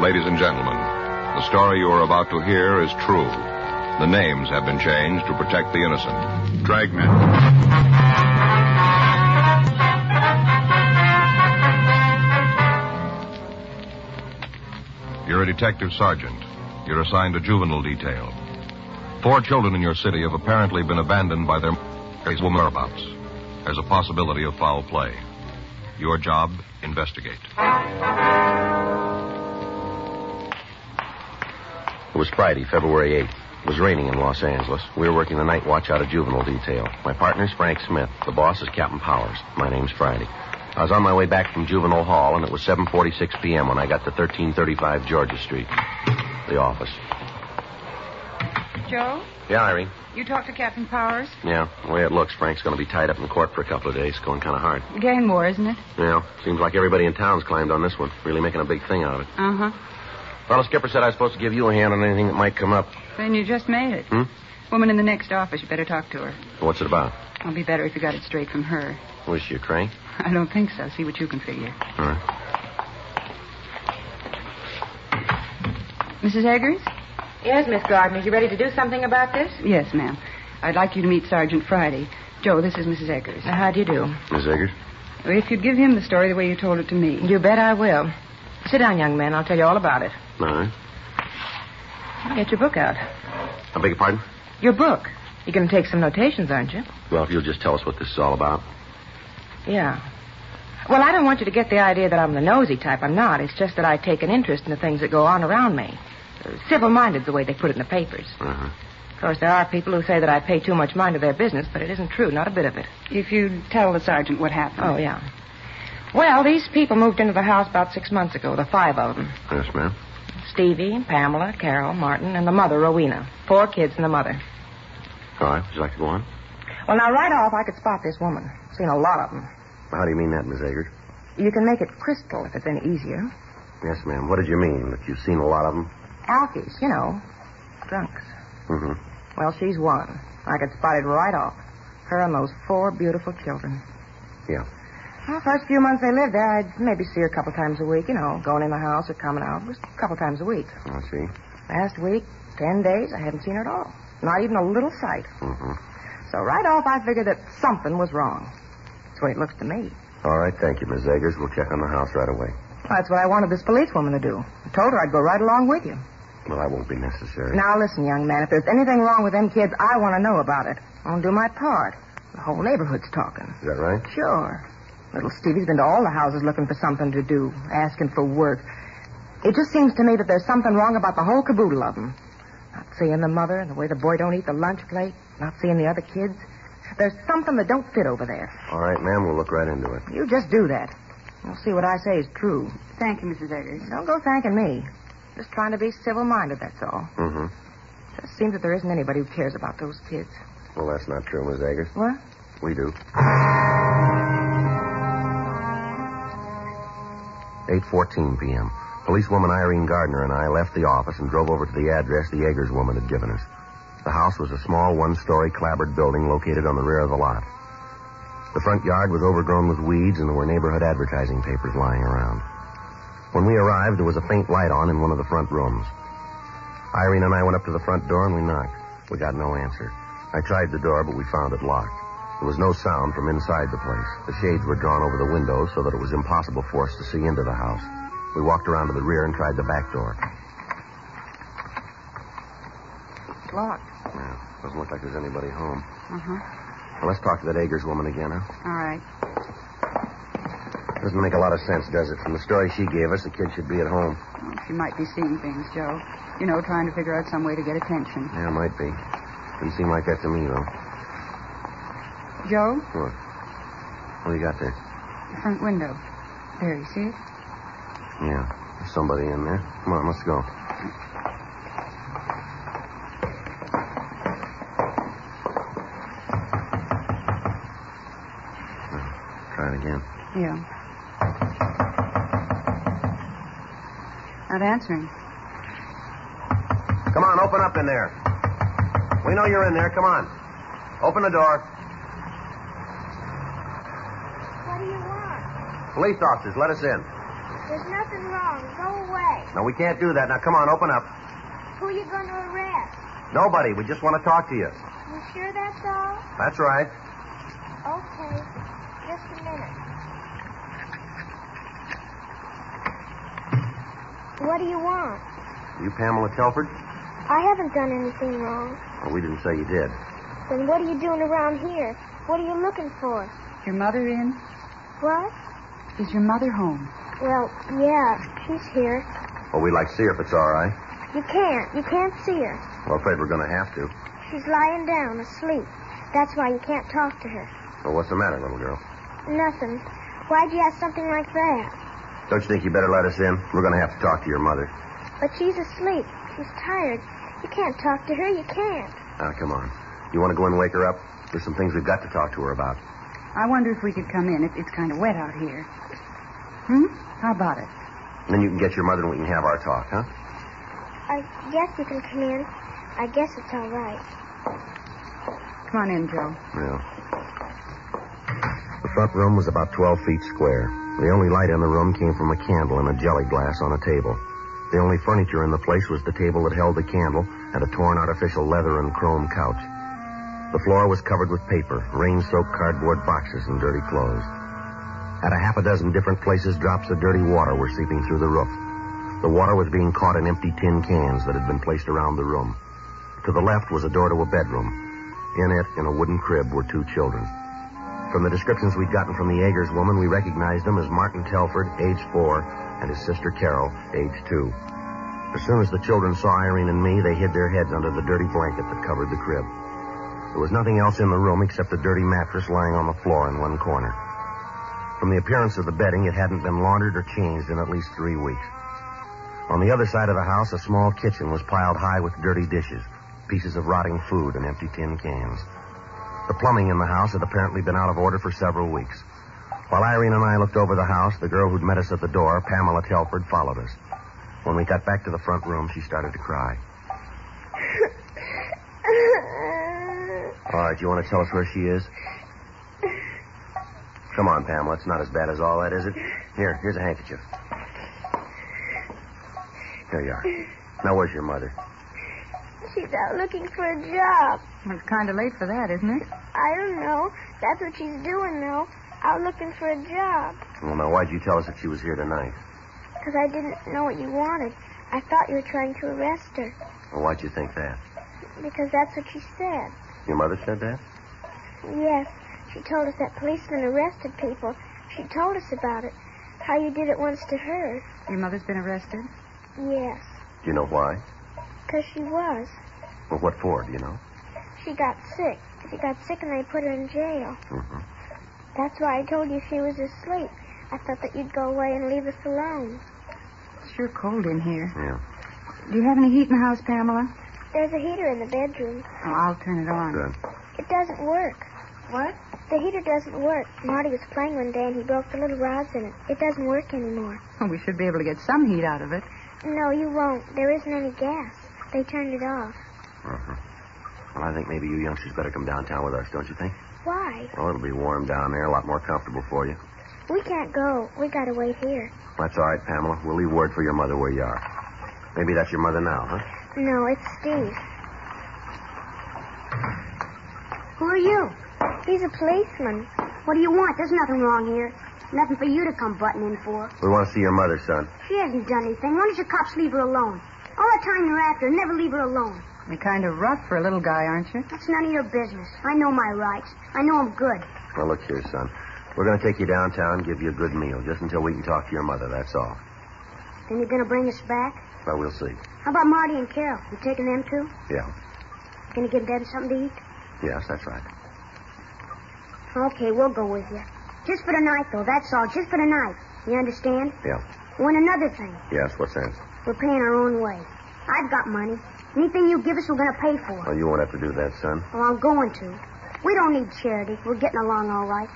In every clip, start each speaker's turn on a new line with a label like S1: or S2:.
S1: ladies and gentlemen. The story you are about to hear is true. The names have been changed to protect the innocent. Dragnet. You're a detective sergeant. You're assigned to juvenile detail. Four children in your city have apparently been abandoned by their mother's whereabouts. There's a possibility of foul play. Your job, investigate.
S2: It was Friday, February 8th. It was raining in Los Angeles. We were working the night watch out of juvenile detail. My partner's Frank Smith. The boss is Captain Powers. My name's Friday. I was on my way back from juvenile hall, and it was 7.46 p.m. when I got to 1335 Georgia Street. The office.
S3: Joe,
S2: Yeah, Irene.
S3: you talked to Captain Powers?
S2: Yeah, the way it looks, Frank's going to be tied up in court for a couple of days. Going kind of hard.
S3: Gang war, isn't it?
S2: Yeah, seems like everybody in town's climbed on this one. Really making a big thing out of it.
S3: Uh huh.
S2: Well, the skipper said I was supposed to give you a hand on anything that might come up.
S3: Then you just made it.
S2: Hmm?
S3: Woman in the next office. You better talk to her.
S2: What's it about?
S3: I'll be better if you got it straight from her.
S2: Was she a crank?
S3: I don't think so. See what you can figure.
S2: All right.
S3: Mrs. Eggers?
S4: Yes, Miss Gardner, you ready to do something about this?
S3: Yes, ma'am. I'd like you to meet Sergeant Friday. Joe, this is Mrs. Eggers.
S4: Uh, How do you do?
S2: Miss Eggers?
S3: If you'd give him the story the way you told it to me.
S4: You bet I will. Sit down, young man. I'll tell you all about it.
S2: All right.
S4: Get your book out.
S2: I beg your pardon?
S4: Your book. You're going to take some notations, aren't you?
S2: Well, if you'll just tell us what this is all about.
S4: Yeah. Well, I don't want you to get the idea that I'm the nosy type. I'm not. It's just that I take an interest in the things that go on around me. Civil minded's the way they put it in the papers.
S2: Uh-huh.
S4: Of course, there are people who say that I pay too much mind to their business, but it isn't true, not a bit of it.
S3: If you'd tell the sergeant what happened.
S4: Oh, yeah. Well, these people moved into the house about six months ago, the five of them.
S2: Yes, ma'am.
S4: Stevie, Pamela, Carol, Martin, and the mother, Rowena. Four kids and the mother.
S2: All right. Would you like to go on?
S4: Well, now, right off, I could spot this woman. Seen a lot of them.
S2: How do you mean that, Miss Eggers?
S4: You can make it crystal if it's any easier.
S2: Yes, ma'am. What did you mean? That you've seen a lot of them?
S4: Alkies, you know. Drunks.
S2: Mm-hmm.
S4: Well, she's one. I could spot it right off. Her and those four beautiful children.
S2: Yeah.
S4: Well, first few months they lived there, I'd maybe see her a couple times a week, you know, going in the house or coming out, just a couple times a week.
S2: I see.
S4: Last week, ten days, I hadn't seen her at all. Not even a little sight.
S2: Mm-hmm.
S4: So right off, I figured that something was wrong. That's the way it looks to me.
S2: All right. Thank you, Miss Eggers. We'll check on the house right away.
S4: Well, that's what I wanted this policewoman to do. I told her I'd go right along with you.
S2: Well, that won't be necessary.
S4: Now, listen, young man, if there's anything wrong with them kids, I want to know about it. I'll do my part. The whole neighborhood's talking.
S2: Is that right?
S4: Sure. Little Stevie's been to all the houses looking for something to do, asking for work. It just seems to me that there's something wrong about the whole caboodle of them. Not seeing the mother and the way the boy don't eat the lunch plate, not seeing the other kids. There's something that don't fit over there.
S2: All right, ma'am. We'll look right into it.
S4: You just do that. You'll see what I say is true.
S3: Thank you, Mrs. Eggers.
S4: Don't go thanking me. Just trying to be civil-minded, that's all.
S2: Mm-hmm.
S4: Just seems that there isn't anybody who cares about those kids.
S2: Well, that's not true, Miss Eggers.
S4: What?
S2: We do. Eight fourteen p.m. Policewoman Irene Gardner and I left the office and drove over to the address the Eggers woman had given us. The house was a small one-story clapboard building located on the rear of the lot. The front yard was overgrown with weeds and there were neighborhood advertising papers lying around. When we arrived, there was a faint light on in one of the front rooms. Irene and I went up to the front door and we knocked. We got no answer. I tried the door, but we found it locked. There was no sound from inside the place. The shades were drawn over the windows so that it was impossible for us to see into the house. We walked around to the rear and tried the back door.
S4: It's locked.
S2: Yeah, doesn't look like there's anybody home.
S3: Uh-huh.
S2: Well, let's talk to that Eggers woman again, huh?
S3: All right.
S2: Doesn't make a lot of sense, does it? From the story she gave us, the kid should be at home.
S3: Well, she might be seeing things, Joe. You know, trying to figure out some way to get attention.
S2: Yeah, might be. Didn't seem like that to me, though.
S3: Joe,
S2: What? What do you got there?
S3: the front window. There, you see it?
S2: Yeah, there's somebody in there. Come on, let's go. Oh, Try it again.
S3: Yeah. Not answering.
S2: Come on, open up in there. We know you're in there. Come on. Open the door. Police officers, let us in.
S5: There's nothing wrong. Go away.
S2: No, we can't do that. Now, come on, open up.
S5: Who you going to arrest?
S2: Nobody, we just want to talk to you.
S5: You sure that's all?
S2: That's right.
S5: Okay. Just a minute. What do you want?
S2: You Pamela Telford?
S5: I haven't done anything wrong.
S2: Well, we didn't say you did.
S5: Then what are you doing around here? What are you looking for?
S3: Your mother in?
S5: What?
S3: Is your mother home?
S5: Well, yeah, she's here.
S2: Well, we'd like to see her if it's all right.
S5: You can't. You can't see her.
S2: We're afraid we're going to have to.
S5: She's lying down, asleep. That's why you can't talk to her.
S2: Well, what's the matter, little girl?
S5: Nothing. Why'd you ask something like that?
S2: Don't you think you better let us in? We're going to have to talk to your mother.
S5: But she's asleep. She's tired. You can't talk to her. You can't.
S2: Now, Ah, come on. You want to go in and wake her up? There's some things we've got to talk to her about.
S3: I wonder if we could come in. It, it's kind of wet out here. Hmm? How about it?
S2: And then you can get your mother and we can have our talk, huh?
S5: I guess you can come in. I guess it's all right.
S3: Come on in, Joe.
S2: Yeah. The front room was about 12 feet square. The only light in the room came from a candle in a jelly glass on a table. The only furniture in the place was the table that held the candle and a torn artificial leather and chrome couch. The floor was covered with paper, rain-soaked cardboard boxes, and dirty clothes. At a half a dozen different places, drops of dirty water were seeping through the roof. The water was being caught in empty tin cans that had been placed around the room. To the left was a door to a bedroom. In it, in a wooden crib, were two children. From the descriptions we'd gotten from the Agers woman, we recognized them as Martin Telford, age four, and his sister Carol, age two. As soon as the children saw Irene and me, they hid their heads under the dirty blanket that covered the crib. There was nothing else in the room except a dirty mattress lying on the floor in one corner. From the appearance of the bedding, it hadn't been laundered or changed in at least three weeks. On the other side of the house, a small kitchen was piled high with dirty dishes, pieces of rotting food, and empty tin cans. The plumbing in the house had apparently been out of order for several weeks. While Irene and I looked over the house, the girl who'd met us at the door, Pamela Telford, followed us. When we got back to the front room, she started to cry. All right, you want to tell us where she is? Come on, Pamela. It's not as bad as all that, is it? Here, here's a handkerchief. There you are. Now, where's your mother?
S5: She's out looking for a job.
S3: Well, it's kind of late for that, isn't it?
S5: I don't know. That's what she's doing, though. Out looking for a job.
S2: Well, now, why'd you tell us that she was here tonight?
S5: Because I didn't know what you wanted. I thought you were trying to arrest her.
S2: Well, why'd you think that?
S5: Because that's what she said.
S2: Your mother said that?
S5: Yes. She told us that policemen arrested people. She told us about it. How you did it once to her.
S3: Your mother's been arrested?
S5: Yes.
S2: Do you know why?
S5: Because she was.
S2: Well, what for, do you know?
S5: She got sick. She got sick and they put her in jail.
S2: Mm-hmm.
S5: That's why I told you she was asleep. I thought that you'd go away and leave us alone.
S3: It's sure cold in here.
S2: Yeah.
S3: Do you have any heat in the house, Pamela?
S5: There's a heater in the bedroom.
S3: Oh, I'll turn it on.
S2: Good.
S5: It doesn't work.
S3: What?
S5: The heater doesn't work. Marty was playing one day and he broke the little rods in it. It doesn't work anymore.
S3: Well, we should be able to get some heat out of it.
S5: No, you won't. There isn't any gas. They turned it off.
S2: Uh-huh. Well, I think maybe you youngsters better come downtown with us, don't you think?
S5: Why?
S2: Well, it'll be warm down there, a lot more comfortable for you.
S5: We can't go. We gotta wait here.
S2: That's all right, Pamela. We'll leave word for your mother where you are. Maybe that's your mother now, huh?
S5: No, it's Steve.
S6: Who are you?
S5: He's a policeman.
S6: What do you want? There's nothing wrong here. Nothing for you to come butting in for.
S2: We want to see your mother, son.
S6: She hasn't done anything. Why don't you cops leave her alone? All the time you're after, never leave her alone.
S3: You're kind of rough for a little guy, aren't you?
S6: That's none of your business. I know my rights. I know I'm good.
S2: Well, look here, son. We're going to take you downtown, give you a good meal, just until we can talk to your mother, that's all.
S6: Then you're gonna bring us back?
S2: But we'll see.
S6: How about Marty and Carol? You taking them too?
S2: Yeah.
S6: Gonna give them something to eat?
S2: Yes, that's right.
S6: Okay, we'll go with you. Just for tonight, though. That's all. Just for tonight. You understand?
S2: Yeah.
S6: One another thing.
S2: Yes, what's that?
S6: We're paying our own way. I've got money. Anything you give us, we're gonna pay for.
S2: Well, you won't have to do that, son.
S6: Well, I'm going to. We don't need charity. We're getting along all right.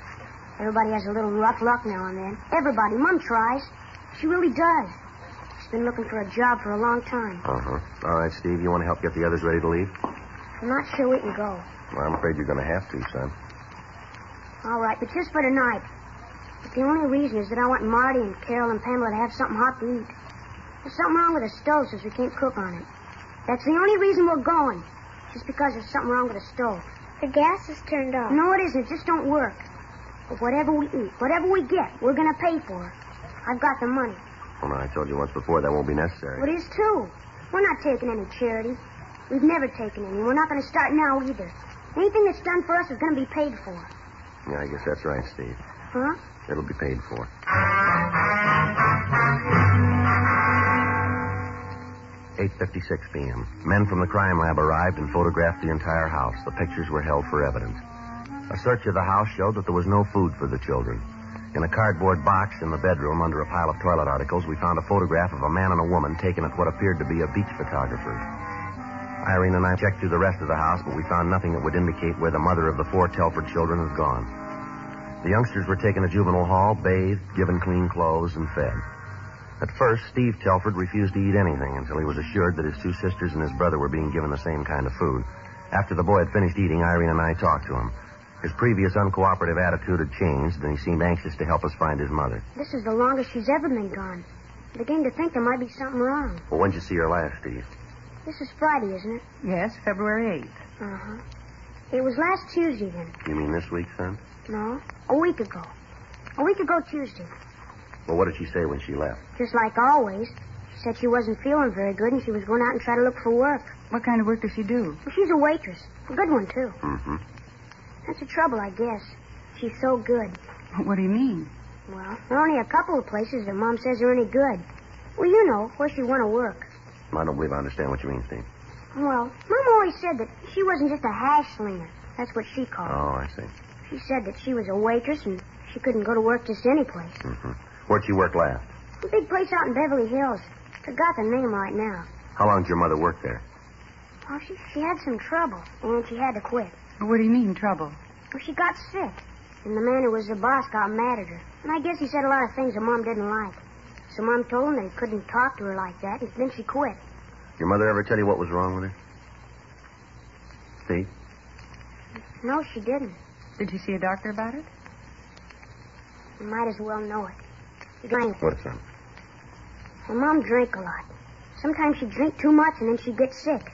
S6: Everybody has a little rough luck now and then. Everybody. Mom tries. She really does. She's been looking for a job for a long time.
S2: Uh-huh. All right, Steve, you want to help get the others ready to leave?
S6: I'm not sure we can go.
S2: Well, I'm afraid you're going to have to, son.
S6: All right, but just for tonight. But the only reason is that I want Marty and Carol and Pamela to have something hot to eat. There's something wrong with the stove since we can't cook on it. That's the only reason we're going. Just because there's something wrong with the stove.
S5: The gas is turned off.
S6: No, it isn't. It just don't work. But whatever we eat, whatever we get, we're going to pay for it. I've got the money.
S2: Well, now, I told you once before that won't be necessary.
S6: Well, it is too. We're not taking any charity. We've never taken any. We're not going to start now either. Anything that's done for us is going to be paid for.
S2: Yeah, I guess that's right, Steve.
S6: Huh?
S2: It'll be paid for. Eight fifty-six p.m. Men from the crime lab arrived and photographed the entire house. The pictures were held for evidence. A search of the house showed that there was no food for the children. In a cardboard box in the bedroom under a pile of toilet articles, we found a photograph of a man and a woman taken at what appeared to be a beach photographer. Irene and I checked through the rest of the house, but we found nothing that would indicate where the mother of the four Telford children had gone. The youngsters were taken to juvenile hall, bathed, given clean clothes, and fed. At first, Steve Telford refused to eat anything until he was assured that his two sisters and his brother were being given the same kind of food. After the boy had finished eating, Irene and I talked to him. His previous uncooperative attitude had changed, and he seemed anxious to help us find his mother.
S6: This is the longest she's ever been gone. I begin to think there might be something wrong.
S2: Well, when'd you see her last, Steve?
S6: This is Friday, isn't it?
S4: Yes, February 8th.
S6: Uh-huh. It was last Tuesday then.
S2: You mean this week, son?
S6: No, a week ago. A week ago Tuesday.
S2: Well, what did she say when she left?
S6: Just like always, she said she wasn't feeling very good and she was going out and try to look for work.
S3: What kind of work does she do?
S6: Well, she's a waitress. A good one, too.
S2: Mm-hmm.
S6: That's the trouble, I guess. She's so good.
S3: What do you mean?
S6: Well, there are only a couple of places that Mom says are any good. Well, you know, where she want to work.
S2: I don't believe I understand what you mean, Steve.
S6: Well, Mom always said that she wasn't just a hash slinger. That's what she
S2: Oh,
S6: called
S2: I
S6: it.
S2: see.
S6: She said that she was a waitress and she couldn't go to work just any place.
S2: Mm-hmm. Where'd she work last?
S6: A big place out in Beverly Hills. Forgot the name right now.
S2: How long did your mother work there?
S6: Well, she, she had some trouble, and she had to quit.
S3: What do you mean, trouble?
S6: Well, she got sick, and the man who was the boss got mad at her. And I guess he said a lot of things that Mom didn't like. So Mom told him that he couldn't talk to her like that, and then she quit.
S2: Your mother ever tell you what was wrong with her? Steve?
S6: No, she didn't.
S3: Did you see a doctor about it?
S6: You might as well know it. She drank.
S2: What, son?
S6: Her mom drank a lot. Sometimes she'd drink too much, and then she'd get sick.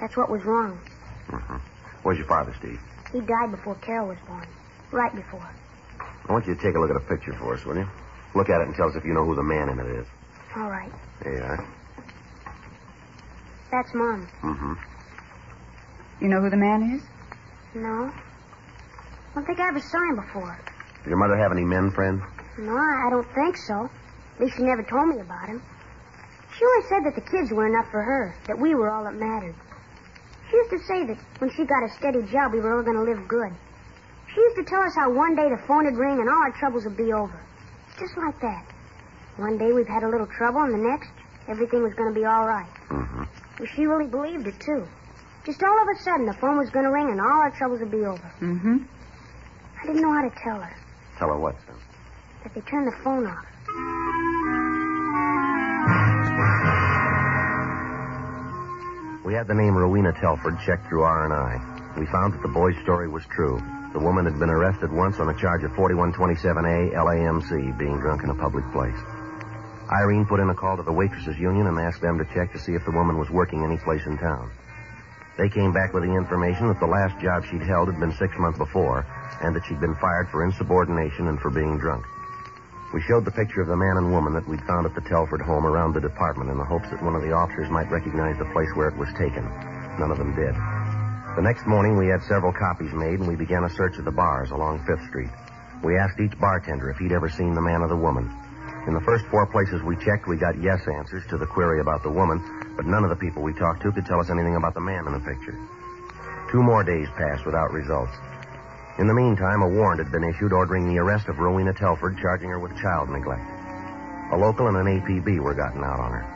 S6: That's what was wrong.
S2: Mm-hmm. Where's your father, Steve?
S6: He died before Carol was born. Right before.
S2: I want you to take a look at a picture for us, will you? Look at it and tell us if you know who the man in it is.
S6: All right.
S2: There you are.
S6: That's Mom.
S2: Mm-hmm.
S3: You know who the man is?
S6: No. I don't think I ever saw him before.
S2: Did your mother have any men friends?
S6: No, I I don't think so. At least she never told me about him. She always said that the kids were enough for her, that we were all that mattered. She used to say that when she got a steady job, we were all going to live good. She used to tell us how one day the phone would ring and all our troubles would be over. Just like that. One day we've had a little trouble, and the next, everything was going to be all right.
S2: Mm-hmm.
S6: Well, she really believed it, too. Just all of a sudden, the phone was going to ring and all our troubles would be over.
S3: Mm-hmm.
S6: I didn't know how to tell her
S2: Tell her what, son?
S6: that they turned the phone off.
S2: We had the name Rowena Telford checked through R&I. We found that the boy's story was true. The woman had been arrested once on a charge of 4127A LAMC, being drunk in a public place. Irene put in a call to the waitresses union and asked them to check to see if the woman was working any place in town. They came back with the information that the last job she'd held had been six months before, and that she'd been fired for insubordination and for being drunk. We showed the picture of the man and woman that we'd found at the Telford home around the department in the hopes that one of the officers might recognize the place where it was taken. None of them did. The next morning, we had several copies made, and we began a search of the bars along Fifth Street. We asked each bartender if he'd ever seen the man or the woman. In the first four places we checked, we got yes answers to the query about the woman, but none of the people we talked to could tell us anything about the man in the picture. Two more days passed without results. In the meantime, a warrant had been issued ordering the arrest of Rowena Telford, charging her with child neglect. A local and an APB were gotten out on her.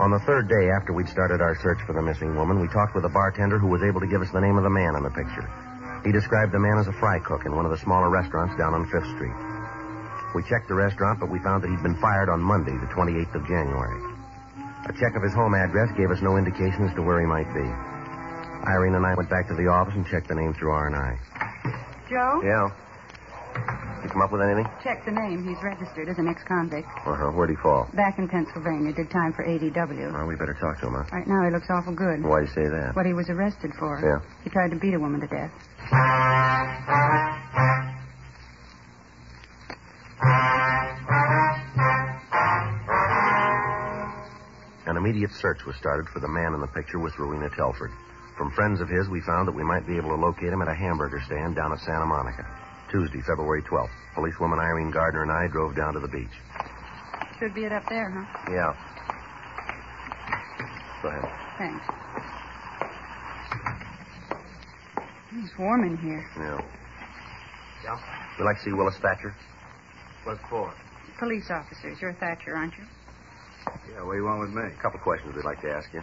S2: On the third day after we'd started our search for the missing woman, we talked with a bartender who was able to give us the name of the man in the picture. He described the man as a fry cook in one of the smaller restaurants down on Fifth Street. We checked the restaurant, but we found that he'd been fired on Monday, the 28th of January. A check of his home address gave us no indication as to where he might be. Irene and I went back to the office and checked the name through R&I.
S3: Joe?
S2: Yeah. You come up with anything?
S3: Check the name. He's registered as an ex-convict.
S2: Uh-huh. Where'd he fall?
S3: Back in Pennsylvania, did time for ADW.
S2: Well, we better talk to him, huh?
S3: Right now he looks awful good.
S2: Why do you say that?
S3: What he was arrested for.
S2: Yeah.
S3: He tried to beat a woman to death.
S2: An immediate search was started for the man in the picture with Rowena Telford. From friends of his, we found that we might be able to locate him at a hamburger stand down at Santa Monica. Tuesday, February 12th, policewoman Irene Gardner and I drove down to the beach.
S3: Should be it up there, huh?
S2: Yeah. Go ahead.
S3: Thanks. It's warm in here.
S2: Yeah. Would you like to see Willis Thatcher?
S7: What for?
S3: Police officers. You're Thatcher, aren't you?
S7: Yeah, what do you want with me?
S2: A couple questions we'd like to ask you.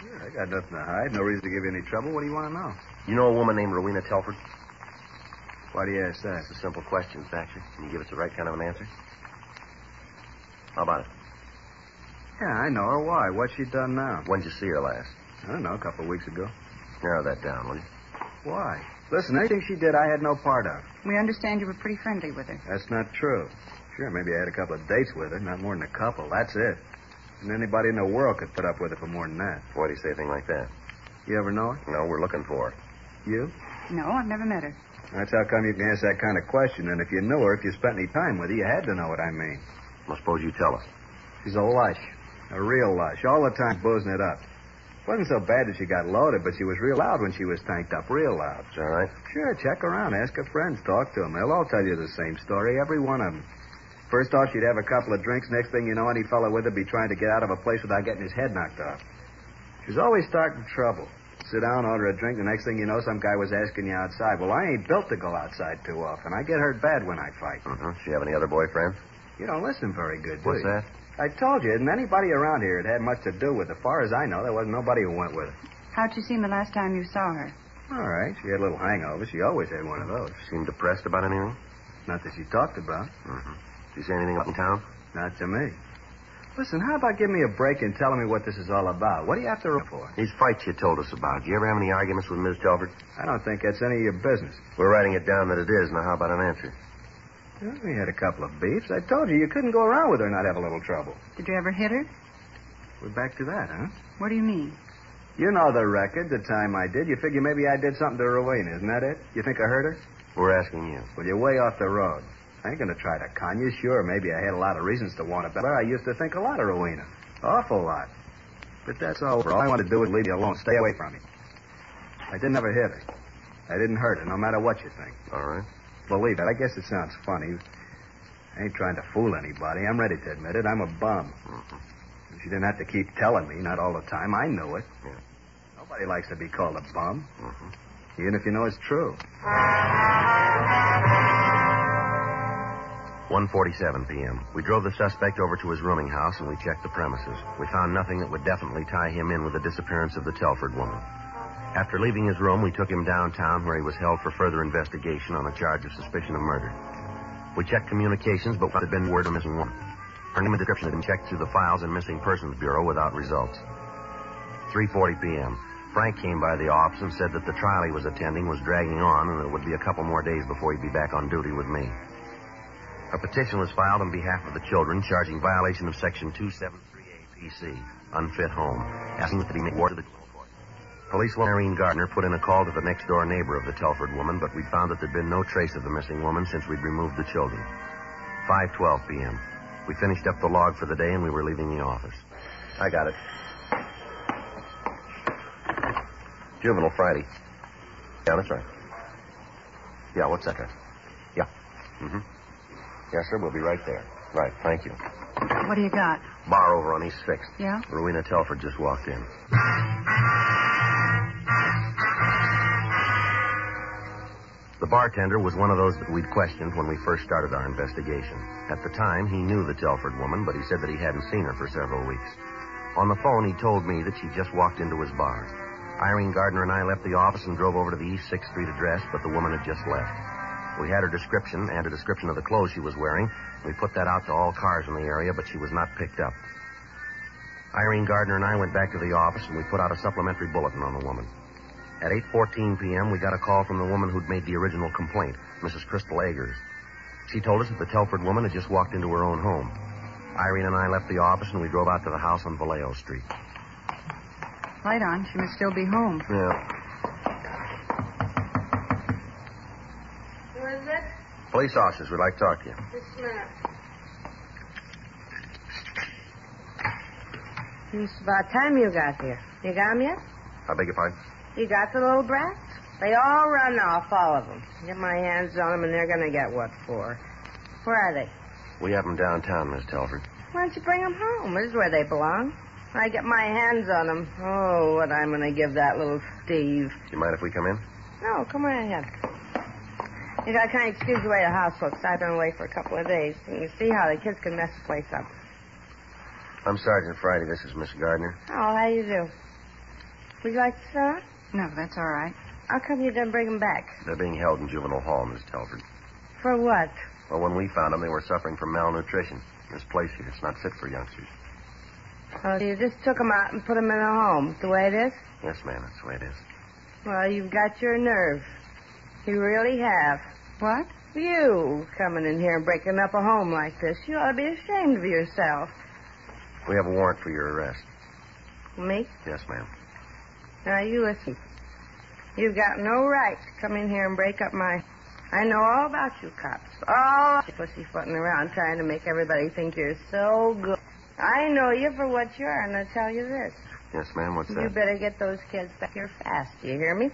S7: Sure, I got nothing to hide. No reason to give you any trouble. What do you want to know?
S2: You know a woman named Rowena Telford?
S7: Why do you ask that?
S2: That's a simple question, Thatcher. Can you give us the right kind of an answer? How about it?
S7: Yeah, I know her. Why? What's she done now?
S2: When'd you see her last?
S7: I don't know, a couple of weeks ago.
S2: Narrow that down, will you?
S7: Why? Listen, anything she did, I had no part of.
S3: We understand you were pretty friendly with her.
S7: That's not true. Sure, maybe I had a couple of dates with her, not more than a couple. That's it. And anybody in the world could put up with her for more than that.
S2: Why do you say a thing like that?
S7: You ever know her?
S2: No, we're looking for her.
S7: You?
S3: No, I've never met her.
S7: That's how come you can ask that kind of question. And if you knew her, if you spent any time with her, you had to know what I mean.
S2: Well, suppose you tell us.
S7: She's a lush, a real lush, all the time boozing it up. Wasn't so bad that she got loaded, but she was real loud when she was tanked up, real loud.
S2: Is that right?
S7: Sure, check around, ask her friends, talk to them. They'll all tell you the same story, every one of them. First off, she'd have a couple of drinks. Next thing you know, any fellow with her'd be trying to get out of a place without getting his head knocked off. She was always starting trouble. Sit down, order a drink. The next thing you know, some guy was asking you outside. Well, I ain't built to go outside too often. I get hurt bad when I fight.
S2: Mm-hmm. Does she have any other boyfriends?
S7: You don't listen very good, do
S2: What's
S7: you?
S2: that?
S7: I told you, isn't anybody around here it had much to do with. As far as I know, there wasn't nobody who went with her.
S3: How'd she seem the last time you saw her?
S7: All right, she had a little hangover. She always had one of those.
S2: Oh, Seem depressed about anything?
S7: Not that she talked about.
S2: Mm-hmm. Did you say anything up in town?
S7: Not to me. Listen, how about giving me a break and telling me what this is all about? What do you have to report?
S2: These fights you told us about. Do you ever have any arguments with Ms. Telford?
S7: I don't think that's any of your business.
S2: We're writing it down that it is. Now, how about an answer?
S7: Well, we had a couple of beefs. I told you, you couldn't go around with her and not have a little trouble.
S3: Did you ever hit her?
S7: We're back to that, huh?
S3: What do you mean?
S7: You know the record, the time I did. You figure maybe I did something to Rowena, isn't that it? You think I hurt her?
S2: We're asking you.
S7: Well, you're way off the road. I ain't gonna try to con you. Sure, maybe I had a lot of reasons to want it better. I used to think a lot of Rowena. Awful lot. But that's all. All I want to do is leave you alone. Stay away from me. I didn't ever hit her. I didn't hurt her, no matter what you think.
S2: All right.
S7: Believe it. I guess it sounds funny. I ain't trying to fool anybody. I'm ready to admit it. I'm a bum. She didn't have to keep telling me, not all the time. I knew it.
S2: Yeah.
S7: Nobody likes to be called a bum,
S2: Mm-hmm.
S7: even if you know it's true.
S2: 1.47 p.m. We drove the suspect over to his rooming house and we checked the premises. We found nothing that would definitely tie him in with the disappearance of the Telford woman. After leaving his room, we took him downtown where he was held for further investigation on a charge of suspicion of murder. We checked communications, but there had been word of missing woman. Her name and description had been checked through the files and missing persons bureau without results. 3.40 p.m. Frank came by the office and said that the trial he was attending was dragging on and it would be a couple more days before he'd be back on duty with me. A petition was filed on behalf of the children charging violation of Section 273A PC, unfit home, asking that he make war to the Police woman Irene Gardner put in a call to the next door neighbor of the Telford woman, but we'd found that there'd been no trace of the missing woman since we'd removed the children. 5.12 p.m. We finished up the log for the day and we were leaving the office. I got it. Juvenile Friday. Yeah, that's right. Yeah, what's that? Yeah. Mm-hmm. Yes, sir. We'll be right there. Right. Thank you.
S3: What do you got?
S2: Bar over on East Sixth.
S3: Yeah?
S2: Rowena Telford just walked in. The bartender was one of those that we'd questioned when we first started our investigation. At the time, he knew the Telford woman, but he said that he hadn't seen her for several weeks. On the phone, he told me that she just walked into his bar. Irene Gardner and I left the office and drove over to the East 6th Street address, but the woman had just left. We had her description and a description of the clothes she was wearing. We put that out to all cars in the area, but she was not picked up. Irene Gardner and I went back to the office and we put out a supplementary bulletin on the woman. At 8:14 p.m., we got a call from the woman who'd made the original complaint, Mrs. Crystal Agers. She told us that the Telford woman had just walked into her own home. Irene and I left the office and we drove out to the house on Vallejo Street.
S3: Light on. She must still be home.
S2: Yeah.
S8: Who is it?
S2: Police officers would like to talk to you.
S8: Just a minute.
S4: It's about time you got here. You got 'em yet?
S2: I beg your pardon?
S4: You got the little brats? They all run off, all of 'em. Get my hands on 'em, and they're going to get what for. Where are they?
S2: We have them downtown, Miss Telford.
S4: Why don't you bring 'em home? This is where they belong. I get my hands on 'em. Oh, what I'm going to give that little Steve.
S2: You mind if we come in?
S4: No, come right ahead. You got to kind of excuse the way the house looks. I've been away for a couple of days, and you see how the kids can mess the place up.
S2: I'm Sergeant Friday. This is Miss Gardner.
S4: Oh, how do you do? Would you like to sit down?
S3: No, that's all right.
S4: How come you didn't bring 'em back?
S2: They're being held in juvenile hall, Miss Telford.
S4: For what?
S2: Well, when we found them, they were suffering from malnutrition. This place here, it's not fit for youngsters.
S4: Oh, you just took 'em out and put 'em in a home, the way it is?
S2: Yes, ma'am, that's the way it is.
S4: Well, you've got your nerve. You really have.
S3: What?
S4: You coming in here and breaking up a home like this, you ought to be ashamed of yourself.
S2: We have a warrant for your arrest.
S4: Me?
S2: Yes, ma'am.
S4: Now, you listen. You've got no right to come in here and break up my. I know all about you cops. All about you pussyfooting around trying to make everybody think you're so good. I know you for what you are, and I tell you this.
S2: Yes, ma'am, what's
S4: You
S2: that?
S4: better get those kids back here fast. You hear me?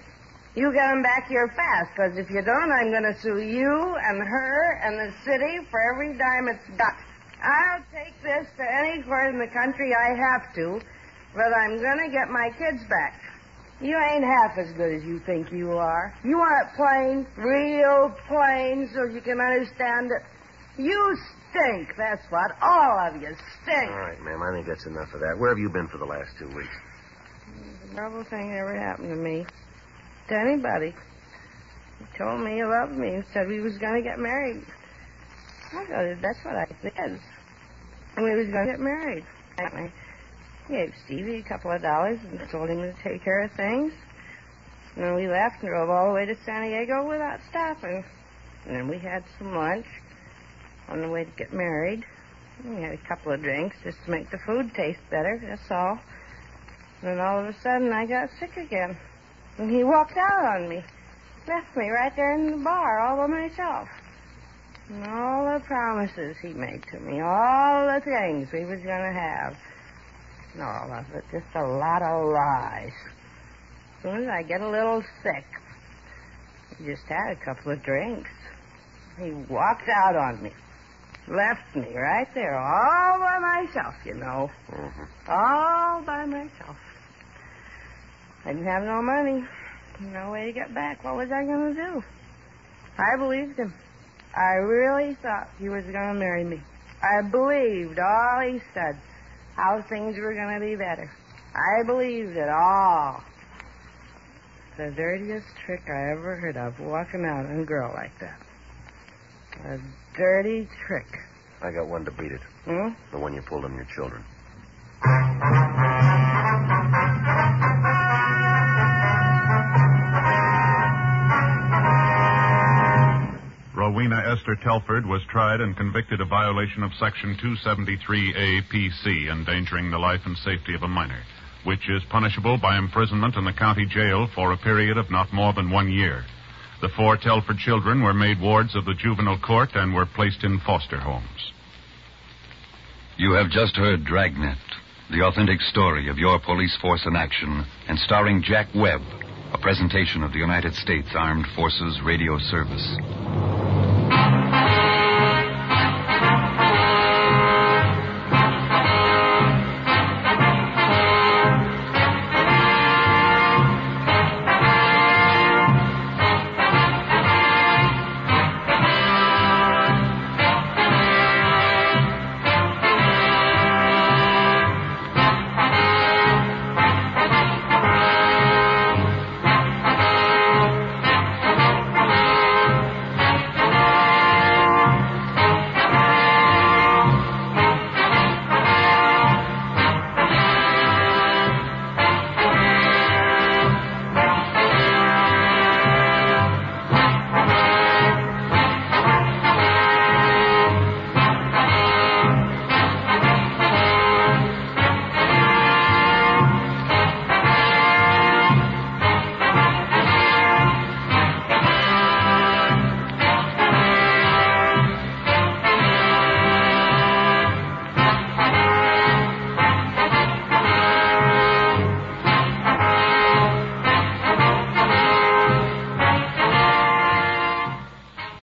S4: You get 'em back here fast, 'cause if you don't, I'm going to sue you and her and the city for every dime it's got. I'll take this to any court in the country I have to, but I'm going to get my kids back. You ain't half as good as you think you are. You want it plain, real plain, so you can understand it. You stink, that's what. All of you stink.
S2: All right, ma'am, I think that's enough of that. Where have you been for the last two weeks?
S4: terrible thing ever happened to me. To anybody. He told me he loved me and said we was going to get married. I thought that's what I said. We was going to get married. I gave Stevie a couple of dollars and told him to take care of things. And then we left and drove all the way to San Diego without stopping. And then we had some lunch on the way to get married. We had a couple of drinks just to make the food taste better, that's all. And then all of a sudden, I got sick again. And he walked out on me. Left me right there in the bar all by myself. And all the promises he made to me, all the things we was going to have. And all of it, just a lot of lies. As soon as I get a little sick, he just had a couple of drinks. He walked out on me. Left me right there all by myself, you know.
S2: Mm-hmm.
S4: All by myself. I didn't have no money. No way to get back. What was I going to do? I believed him. I really thought he was going to marry me. I believed all he said, how things were going to be better. I believed it all. The dirtiest trick I ever heard of, walking out on a girl like that. A dirty trick.
S2: I got one to beat it.
S4: Hmm?
S2: The one you pulled on your children.
S9: Rowena Esther Telford was tried and convicted of violation of Section 273A PC, endangering the life and safety of a minor, which is punishable by imprisonment in the county jail for a period of not more than one year. The four Telford children were made wards of the juvenile court and were placed in foster homes.
S10: You have just heard Dragnet, the authentic story of your police force in action, and starring Jack Webb, a presentation of the United States Armed Forces Radio Service.